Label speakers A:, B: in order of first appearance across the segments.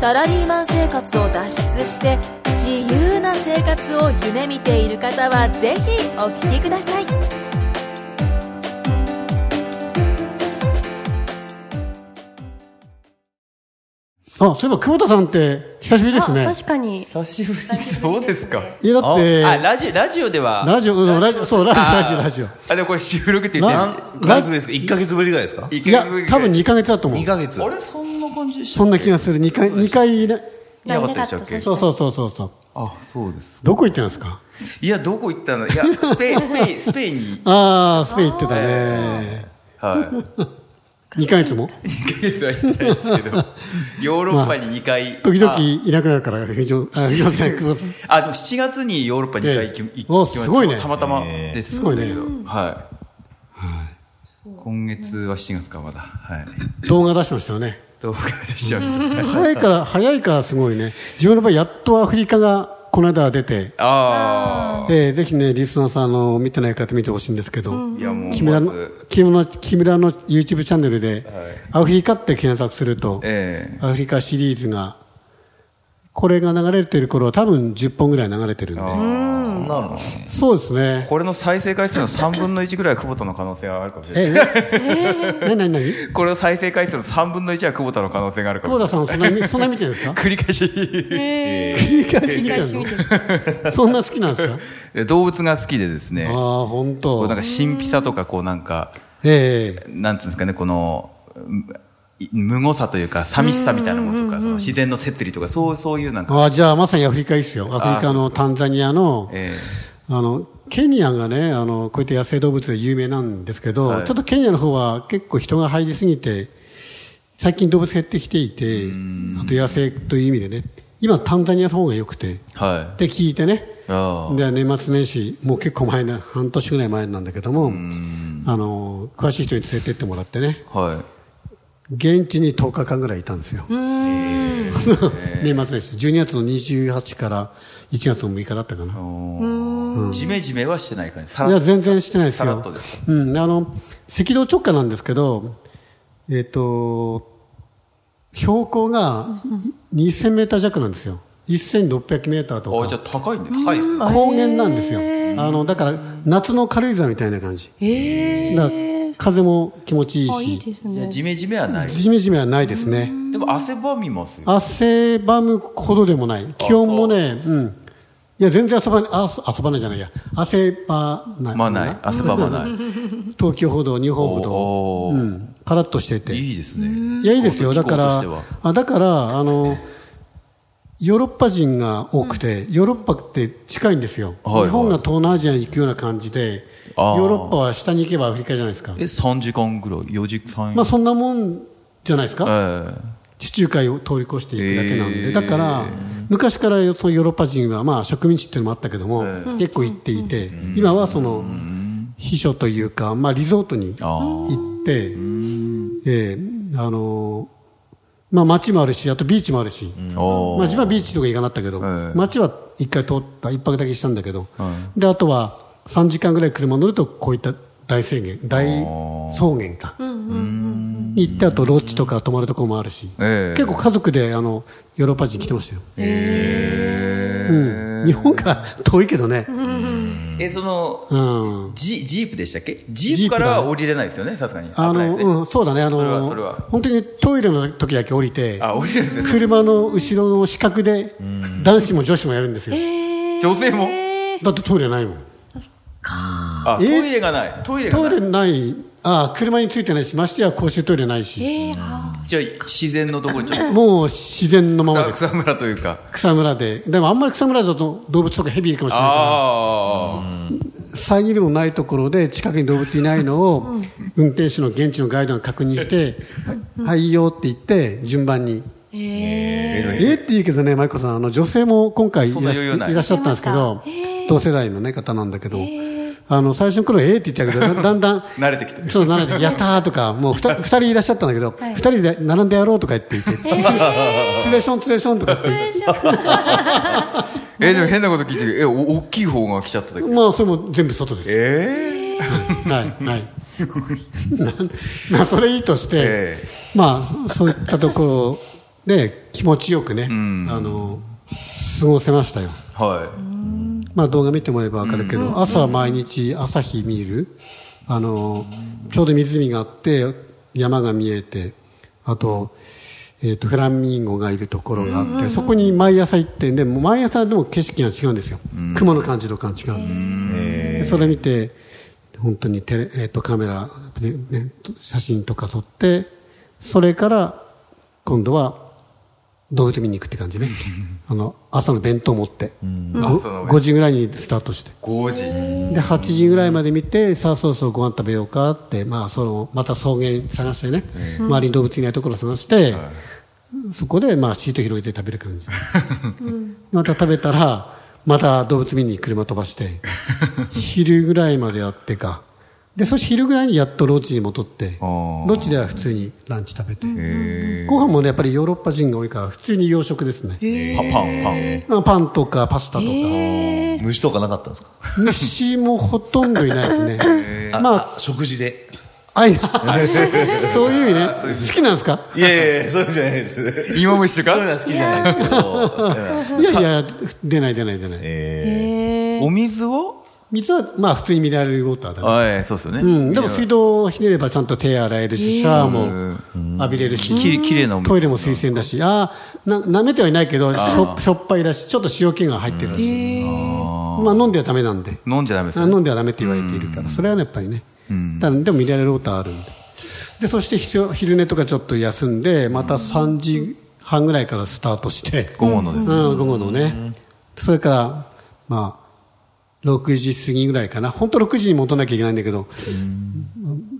A: サラリーマン生活を脱出して自由な生活を夢見ている方はぜひお聞きください
B: あ、そういえば久保田さんって久しぶりですね
C: あ。確かに
D: 久しぶりそうですか
B: いやだって
D: あラジラジオでは
B: ラジオ、うんラジオ、そう、ラジ
D: あ
B: オ、ラジオ、ラジ
D: あでもこれ収録って言って
B: ラ
D: る
E: 何ヶ月ぶりですか1ヶ月ぶりぐらいですか
D: い
B: オ。いや、多分
D: あ
B: 2ヶ月だと思
E: 2
B: う。
E: ヶ月
D: れそんな感じ
B: そんな気がする。2回、二回いな、
D: いなかったでしたっけ
B: そうそうそうそうそう。
D: あそうです
B: どこ行ってんですか
D: いやどこ行ったのいやス ペインスペインスペインに
B: ああ、スペイン行ってたね。
D: はい
B: 2ヶ月も
D: 2ヶ月は行ったんです けどヨーロッパに2回
B: 時々いなくなるから、非常、あ、非常に久保さん。
D: あでも7月にヨーロッパに2回行き,、
B: ええ
D: 行きました
B: おすごいね
D: たまたまです
B: すごいね
D: けどはい、今月は7月かまだはい
B: 動画出しましたよね。
D: 動画でし ました
B: 早いから、早いからすごいね。自分の場合、やっとアフリカがこの間出て、
D: あ
B: えーぜひね、リスナーさん、あの、見てない方見てほしいんですけど、
D: あいやもう
B: 木村の
D: まず、
B: 木村の、木村の YouTube チャンネルで、アフリカって検索すると、
D: ええ
B: アフリカシリーズが、これが流れてる頃、多分10本ぐらい流れてるんで。
E: そんなの
B: そうですね。
D: これの再生回数の3分の1ぐらいは久保田の可能性があるかもしれない。
B: え、な、な、なになに
D: これの再生回数の3分の1は久保田の可能性があるか
B: 久保
D: もし
B: 田さん、そんな 見、そんな見てるんですか
D: れない。繰り返し。
B: 繰り返し見て
C: 返し見て
B: るのそんな好きなんですか
D: で動物が好きでですね、こ
B: ああ、本
D: う
B: 当
D: なん。か神秘さとか、こうなんか、
B: ええ。
D: なんつうんですかね、この、うん無誤さというか、寂しさみたいなものとか、その自然の摂理とか、そう、そういうなんか、
B: ああ、じゃあ、まさにアフリカいいっすよ。アフリカのタンザニアの、
D: え
B: あのケニアがねあのこういった野生動物で有名なんですけど、
D: はい
B: ちょっとケニアの方は結構人が入りすぎて最近動物減ってきていてあと野生という意味でね今タンザニアの方が良くて
D: えはい。
B: で聞いてね
D: ああ
B: で年末年始もう結構前な半年ぐらい前なんだけどもあの詳しい人に連れてってもらってね
D: はい。
B: 現地に10日間ぐらいいたんですよ 年末年始12月の28から1月の6日だったかな
D: ジメジメはしてない感じ。さら
B: い
D: っ
B: や、全然してないです
D: さら
B: よ
D: っとです。。
B: うん、あの、赤道直下なんですけど、えっ、と、標高が2000メーター弱なんですよ。1600メーターと
D: あ、じゃ
B: か
D: あ。高いんです
E: 高いですね
B: 高原なんですよ。あの、だから、夏の軽井沢みたいな感じ。
C: え
B: だから風も気持ちいい
C: あいい
B: し、
C: です
D: じゃあ
C: ね
D: ジメジメはない。
B: じめじめはないですね。
D: でも汗ばみますよ。
B: 汗ばむほどでもない。気温もね、うん。いや、全然遊ばない、あ遊ばないじゃないや。汗ばない。
D: まあない。汗ばまない。
B: 東京ほど、日本ほど、
D: お
B: う
D: ー
B: ん、カラッとしてて。
D: いいですね。
B: いや、いいですよ。
D: 気
B: だ
D: 候と
B: から
D: 気候として、
B: あだから、あの、ヨーロッパ人が多くて、ヨーロッパって近いんですよ。
D: はいはい
B: 日本が東南アジアに行くような感じで、
D: あ
B: ヨ
D: ー
B: ーロッパは下に行けばアフリカじゃないですか
D: え、。3時間ぐらい ?4 時間
B: まあ、そんなもんじゃないですか。
D: え
B: 地中海を通り越していくだけなんで。
D: えー
B: だから、昔からそのヨーロッパ人は、まあ、植民地っていうのもあったけども、結構行っていて、今はその、秘書というか、まあ、リゾートに
D: えあ
B: 行って、ええあのまあ、街もあるし、あとビーチもあるし、
D: あ。お
B: まあ、
D: ー
B: 自分はビーチとか行かなかったけど、
D: ええ
B: 街は一回通った、一泊だけしたんだけど、であとは3時間ぐらい車乗ると、こういった大制限、大草原か、に行って、あとロッジとか泊まるところもあるし、
D: ええ
B: 結構家族であのヨーロッパ人来てましたよ、
D: え
B: うん日本から遠いけどね、
D: ーえ、その、
B: うん、
D: ジジープでしたっけジープからは降りれないですよね、さすがに。危
B: あ
D: な
B: の、
D: いですね。
B: うん、そうだね、あ
D: それは
B: の
D: それは
B: 本当にトイレの時だけ降りて、
D: あ、降りれないですね。
B: 車の後ろの死角で男子も女子もやるんですよ、
D: 女性も。
B: だってトイレないもん
D: あ、トイレがない。トイレ
B: ト
D: が
B: イ
D: な
B: レ
D: い。
B: ないああ車についてないしましてや公衆トイレないし
C: えーあ
D: じゃあ自然のところにちょっ
B: もう自然のまま
D: と
B: です
D: 草草むらというか。
B: 草むらででもあんまり草むらだと動物とかヘビいるかもしれないか
D: あ
B: ら遮りもないところで近くに動物いないのを運転手の現地のガイドが確認して「はいいいよ」って言って順番に
D: あ。え
B: えーって言うけどね、舞子さん、あの女性も今回い
D: そんな
B: らし
D: 余裕ない
B: いらっしゃったんですけど、同世代の、ね、方なんだけど、あの最初の頃はええって言ってたけ どだだんだん
D: 慣れてきて
B: そう慣れてやったーとかもう 2, 人いらっしゃったんだけど、二2人で並んでやろうとか言っていて「 ツレションツレション」とかって言って
D: えでも変なこと聞いてるえお大きい方が来ちゃっただけ
B: まあそれも全部外です。
D: ええ
B: はいはい。すごい。まあそれいいとして、
D: え
B: まあそういったところで気持ちよくね、あの過ごせましたよ。
D: はい
B: まあ動画見てもらえばわかるけど、朝は毎日朝日見る。あのちょうど湖があって山が見えて、あと。えー、とフラミンゴがいるところがあって、そこに毎朝行ってでもう毎朝でも景色が違うんですよ、雲の感じとかが違うんで、でそれ見て本当にテレ、えっとカメラ、ね、写真とか撮ってそれから今度は動物見に行くって感じねあの朝の弁当持って、ご
D: 朝の弁当
B: 5, 時ぐらいにスタートして
D: 5時
B: で8時ぐらいまで見てさあそろそろご飯食べようかって、まあ、そのまた草原探してね、周りに動物いないところ探して、そこでまあシート広げて食べる 感じまた食べたらまた動物見に車飛ばして 昼ぐらいまでやってかでそして昼ぐらいにやっとロッジに戻って
D: あー
B: ロッジでは普通にランチ食べてご飯もねやっぱりヨーロッパ人が多いから普通に洋食ですね、
D: パパンパン
B: まあパンとかパスタとか、
E: 虫とかなかったんですか
B: 虫もほとんどいないです ね。まあ、
E: あ、食事で。
B: あいな。そういう意味ね。好きなんですか
E: いやいやいや、そういうのじゃないです。そういう
D: 芋虫と
E: の
D: か
E: は好きじゃないですけど。
B: いやいや、出ない出ない出ない。
E: え
D: お水を
B: 水は、まあ、普通にミネラルウォーターだね。
D: あええそうですよね
B: うん。でも水道をひねればちゃんと手洗えるし、シャワーも浴びれるし、
D: きれきれいなお水
B: トイレも水洗だし、ああ、な、舐めてはいないけど、しょしょっぱいらしい。ちょっと塩気が入ってるらしい。まあ、飲んではダメなんで。
D: 飲んじゃダメです
B: あ
D: よね
B: 飲んではダメって言われているから、それはやっぱりね、ただでもミネラルウォーターあるんで、でそして昼昼寝とかちょっと休んで、また3時半ぐらいからスタートして、
D: 午後のです
B: うん午後のね、それから、まあ、6時過ぎぐらいかな、本当6時に戻らなきゃいけないんだけど、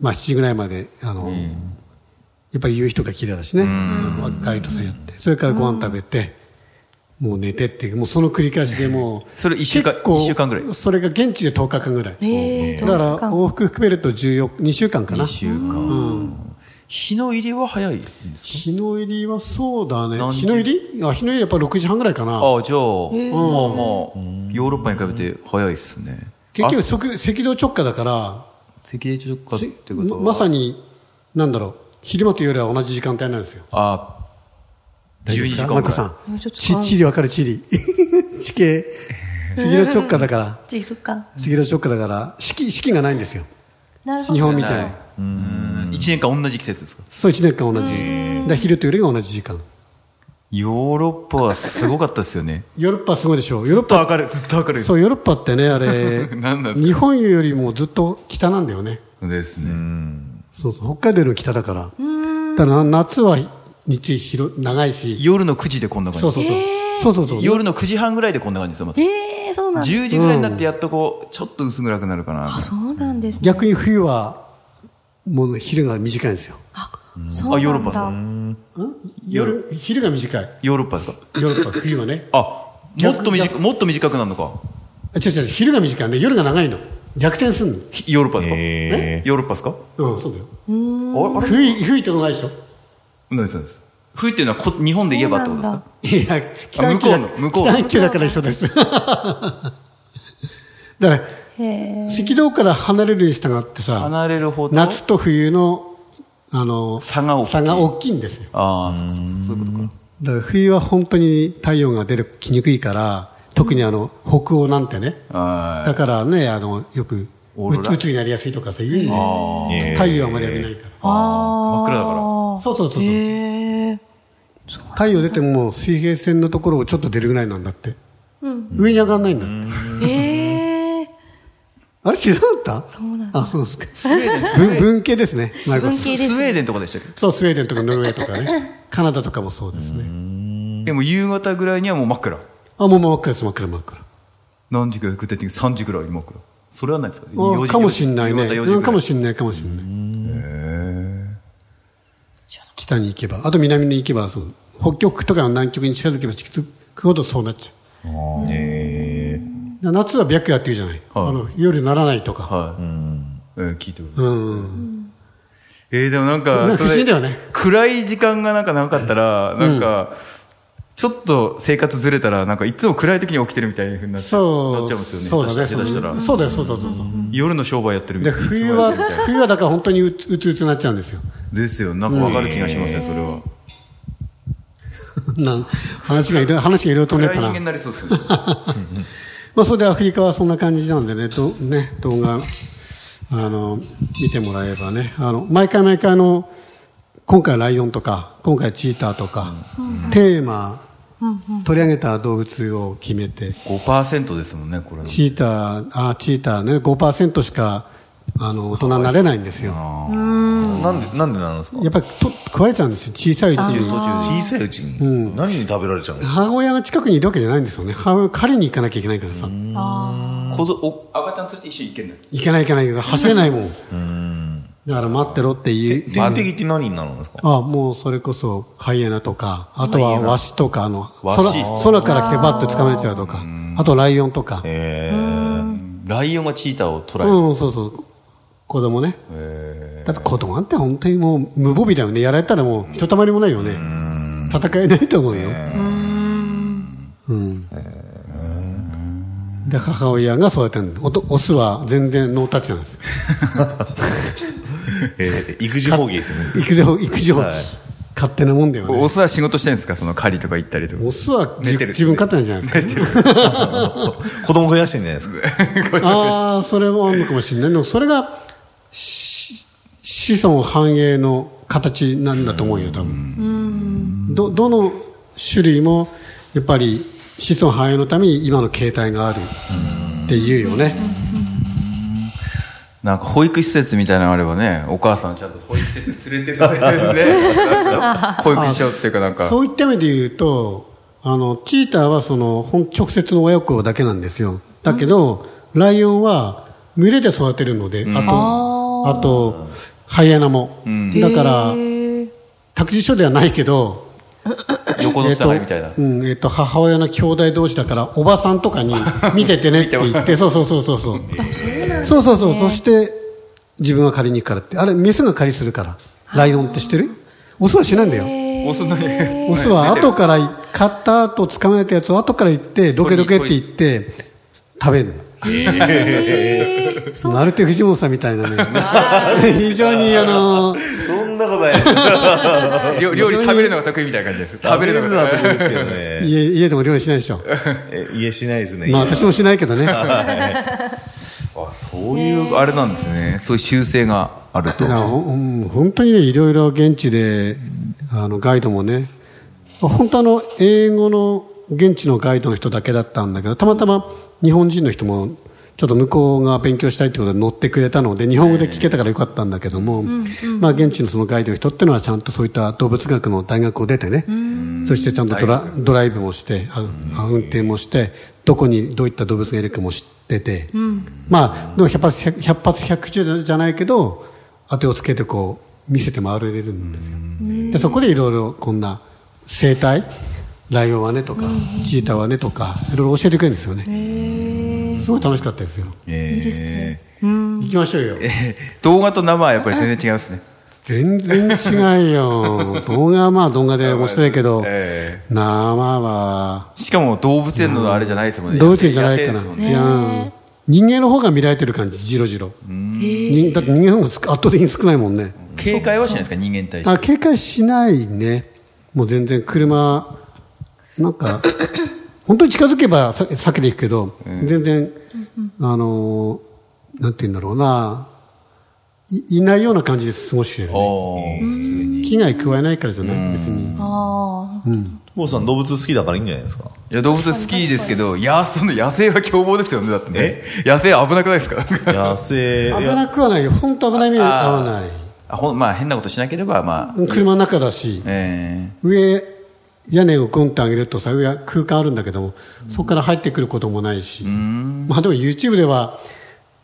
B: まあ、7時ぐらいまで、あのやっぱり夕日とか綺麗だしね、ガイドさんやって、それからご飯食べて、もう寝てっていう、もうその繰り返しでもう、
D: それ一週間
B: 結構
D: 一週間ぐらい
B: それが現地で10日間ぐらい。
C: え
B: だ
C: ー
B: から往復含めると14 2週間かな
D: 2週間日の入りは早いんです
B: 日の入りはそうだね
D: 何時
B: 日の入りあ日の入りやっぱ6時半ぐらいかな
D: ああじゃあまあまあヨーロッパに比べて早いですね
B: 結局
D: あ
B: そく赤道直下だから
D: 赤道直下
B: せ
D: ってことは
B: ままさになんだろう昼間と夜は同じ時間帯なんですよ
D: あ12時間
B: マ
D: ぐ
B: コ
D: らい
B: さ
C: も
B: ん
C: うちょっと
B: ち地理わかる地理 地形赤道直下だから
C: じゃあそっか
B: 赤道直下だから四季四季がないんですよ
C: なるほど
B: 日本みたい
D: ない
B: に
D: うん一年間同じ季節ですか
B: そう1年間同じだから昼と夜が同じ時間
D: ヨーロッパはすごかったですよね
B: ヨーロッパはすごいでしょう ヨーロッパ
D: ずっと明るいずっと明るい
B: そうヨーロッパってねあれ
D: 何なんですか
B: 日本よりもずっと北なんだよね
D: ですね
B: そうそう北海道より北だからだから夏は日中広長いし
D: 夜の9時でこんな感じ
B: そうそうそう、そうそうそう
D: 夜の9時半ぐらいでこんな感じですよまた
C: えー、そうなんだ
D: 10時ぐらいになってやっとこうちょっと薄暗くなるかな
C: あそうなんですね
B: 逆に冬はもう昼が短いんですよ
C: そうなんだ
D: あヨーロッパさ
B: 夜昼が短い
D: ヨーロッパですか
B: ヨーロッパ冬はね
D: あもっと短もっと短くなるのか
B: あ違う違う昼が短いね夜が長いの逆転すんの
D: ひヨーロッパですか
E: へ
D: ヨーロッパですか
B: うんそうだよ
D: ああれ
B: 冬冬ってことないでしょ
D: 何です冬っていうのはこ日本で言えばってことです
C: そう
D: か
B: いや、北半球だ
D: 向こうの向こうの
B: 北半球だから一緒です。 だから、赤道から離れるに従ってさ、
D: 離れるほど
B: 夏と冬の、あの、
D: 差が大きい
B: いんですよ。
D: ああそうそうそうそういうことか
B: だから冬は本当に太陽が出るきにくいから、特にあの、北欧なんてね。
D: あ
B: だからね、あの、よく、
D: オーロラ
B: うつになりやすいとかさ、言うんですよ。太陽はあまり浴びないから。
D: あ真っ暗だか
B: そうそうそうそう。
C: へえ
B: 太陽出ても水平線のところをちょっと出るぐらいなんだって。上に上がらないんだって。
C: へえ
B: あれ知らなかった
C: そうなんだ
B: あ、そうですか。文文系ですね、マイコ
C: 文
B: ス。
C: 系
D: ら
C: で
D: スウ
C: す
D: ェーデンとかでしたっけ
B: そう、スウェーデンとかノルウェーとか ね。カナダとかもそうですね。
D: でも夕方ぐらいにはもう真っ暗
B: あ、もう真っ暗です、真っ暗真っ暗。
D: 何時ぐらい具体的に3時ぐらいに真っ暗それはないですか
B: あ
D: 4時
B: かもしんないね。
D: 夕方4時ぐ
B: う
D: ら
B: ん
D: い
B: かもしんない、かもしんない。北に行けば、あと南に行けば、そう北極とか南極に近づけば近づくほどそうなっちゃう。夏は白夜っていうじゃない、
D: はい
B: あの夜ならないとか、
D: はい。うん、聞いてくる。
B: うん
D: えー、でもな
B: な
D: ん
B: ん
D: か、
B: か不思議だよね
D: 暗い時間がなんかなかったら、なんか、ちょっと生活ずれたら、なんかいつも暗い時に起きてるみたいになっちゃ
B: そう
D: なっちゃいますよね。
B: そうだね
D: 下手したら。
B: そうだよそうだよそうだよ
D: 夜の商売やってるみた
B: で
D: いな。いつも
B: 冬
D: やっ
B: は
D: てるみたいな
B: 冬はだから本当にうつうつうつになっちゃうんですよ
D: ですよ。なんかわかる気がしますね、それは。
B: なん話がいろ話がいろいろ飛んでっ
D: 暗
B: た
D: い人
B: な
D: 間になりそうですよね。
B: まあ、それでアフリカはそんな感じなんでね、どね動画あの見てもらえばね、あの毎回毎回あの、今回ライオンとか、今回チーターとか、テーマ、取り上げた動物を決めて、
D: 5%ですもんね、これ。
B: チーター、あチーターね、5%しかあの大人になれないんですよ。
E: なんで、なんでなんですか
B: やっぱりと食われちゃうんですよ、小さいうちに。
E: 小さいうちに。何に食べられちゃうの
B: 母親が近くにいるわけじゃないんですよね。母親を狩りに行かなきゃいけないからさ。
D: 子どお赤ちゃん連れて一緒に行けない。
B: 行けない行けないけど、走れないもん。だから待ってろって言う。
E: 天敵って何になるんですか
B: あもうそれこそハイエナとか、あとはワシとか、あの、
D: ワ
B: 空
D: シ
B: 空から来てバッと捕まえちゃうとか、あとライオンとか、
E: え
D: ライオンがチーターを
B: う
D: 捕らえる。
B: ん、そうそう、子供ね。だって子供なんて本当にもう無防備だよね。やられたらもうひとたまりもないよね。戦えないと思うよ。うん。で、母親が育てるの。おとオスは全然ノータッチなんです。
E: ーえー、育児放棄ですね。
B: 育児放育児放棄
E: はい
B: 勝手なもんだよね
D: オ。スは仕事してるんですかその狩りとか行ったりとか。
B: オスはじ
D: 寝てる
B: 自分勝手なんじゃないですか。
E: 子供増やしてんじゃないですか。
B: ああ、それもあるのかもしれない。でもそれがし子孫繁栄の形なんだと思うよ、多分。どどの種類もやっぱり子孫繁栄のために今の形態があるっていうよね。
D: なんか保育施設みたいなのあればね、お母さんちゃんと保育施設連れてさせる ね。保育しようっていうかなんか。
B: そういった意味で言うと、あのチーターはそのほん直接の親子だけなんですよ。だけど、ライオンは群れで育てるので、あと、あと、ハイエナも。だから、託児所ではないけど、
D: 横の下がりみたいな
B: えー。とうんえーと母親の兄弟同士だからおばさんとかに見ててねって 言 ってそうそうそうそうそうそうそうそうそして自分は借りに行くからってあれメスが借りするからライオンってしてるオスはしないんだよ
D: オスのです。
B: オスは後から買った後捕まえたやつを後から行ってどけどけって言って食べるのまるで藤本さんみたいなね 非常にあ の
E: そんなことないです。
D: 料 料理食べるのが得意みたいな感じです。食べるの
E: の
D: が
E: は得
D: 得
E: 意
D: 意
E: ですけどね。
B: 家家でも料理しないでしょ
E: え家しないですね。
B: まあ私もしないけどね
D: あ、そういう、あれなんですね。そういう習性があると
B: だ。からほんうん本当にね、いろいろ現地であのガイドもね、本当あの英語の現地のガイドの人だけだったんだけど、たまたま日本人の人も、ちょっと向こうが勉強したいということで乗ってくれたので、日本語で聞けたからよかったんだけども、まあ、現地のそのガイドの人っていうのは、ちゃんとそういった動物学の大学を出てね、そしてちゃんとドラドライブもして、ああ運転もして、どこにどういった動物がいるかも知ってて、まあ、でも100発 ,100 100発100中じゃないけど、当てをつけてこう見せて回れるんですよ、でそこでいろいろこんな生態ライオンはねとか、チーターはねとかいろいろ教えてくれるんですよねすごい楽しかったですよ
D: え
B: 行きましょうよ
D: ー動画と生はやっぱり全然違いますね。
B: 全然違う よ動画はまあ動画で面白いけど
D: え
B: 生は
D: ーしかも動物園のあれじゃないですもんね。
B: 動物園じゃないか
D: 野
B: な
D: 生ですも
B: い
D: んね
B: やー人間の方が見られてる感じじろじろ人だって人間の方が圧倒的に少ないもんね、
D: 警戒はしないですか、人間に対して。
B: あ警戒しないね、もう全然車、なん か、本当に近づけばさ避けていくけど、全然、あのーなんて言うんだろうな、いいないような感じで過ごしてる、
D: あー普通に。
B: 危害加えないからじゃない、別に。
C: あ
E: 坊さん動物好きだからいいんじゃないですか。
D: いや、動物好きですけど、いや、その野生は凶暴ですよね、だってね。野生危なくないですか
E: 野生。
B: 危なくはないよ、本当危ない目に遭わない
D: あほんまあ、変なことしなければ、まあ、
B: うん、車の中だし、
D: え
B: 上、屋根をゴンって上げるとさ、上は空間あるんだけども、そこから入ってくることもないし、まあでも YouTube では、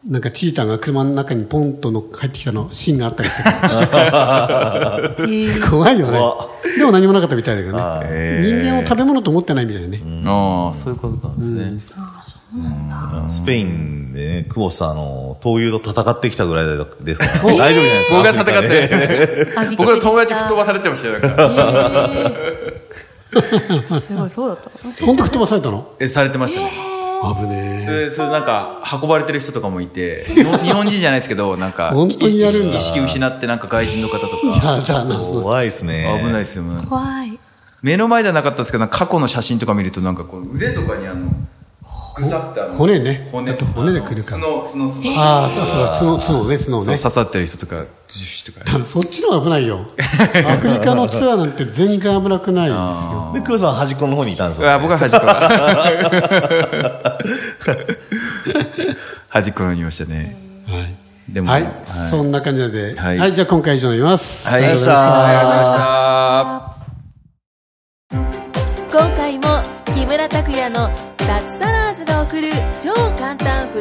B: なんかチーターが車の中にポンとの入ってきたのシーンがあったりして
C: あ、いい。
B: 怖いよね
E: 怖
B: でも何もなかったみたいだけど
D: ー
B: ね
D: え
B: 人間を食べ物と思ってないみたいだね
D: ーああ、そういうことなんですね。
E: えスペインでね、久保田さん、あの、闘牛と戦ってきたぐらいで すから、大丈夫じゃないですか。
F: 僕が戦
E: アフリカで
F: って、
C: びっくりした
F: 僕の友達吹っ飛ばされてましたよ。だから
C: すごい、そうだった。
B: 本当吹っ飛ばされたの
D: えされてましたね
B: 危ね
D: それそれなんか運ばれてる人とかもいて日本日本人じゃないですけどなんか
B: 本当にやるんだ
D: 意識失ってなんか外人の方と
B: え。
D: か
B: やだな、そ
E: 怖いですね。
D: 危ないですよもう
C: 怖い。
D: 目の前ではなかったですけどなんか過去の写真とか見るとなんかこう腕とかにあのぐさってあの
B: 骨ね
D: 骨
B: だって骨で来るから
D: 角角角
B: う。ああ、そうそう、角、角ね、角
D: そう
B: ね。
D: 刺さってる人とかジュシュとか
B: だからそっちの方が危ない よ。アフリカのツアーなんて全然危なくないですよ。
E: で、久保田さんは端っこの方にいたんですよ。
D: あ僕は端っこだ端っこにいましたね
B: はい。
D: でも
B: はい、
D: はい
B: そんな感じなので、は、
D: はいい
B: じゃあ今回以上になります。
D: はい
B: さようなら
D: ありがとうございました
A: 今回も木村拓哉の脱サラーズが送る超簡単不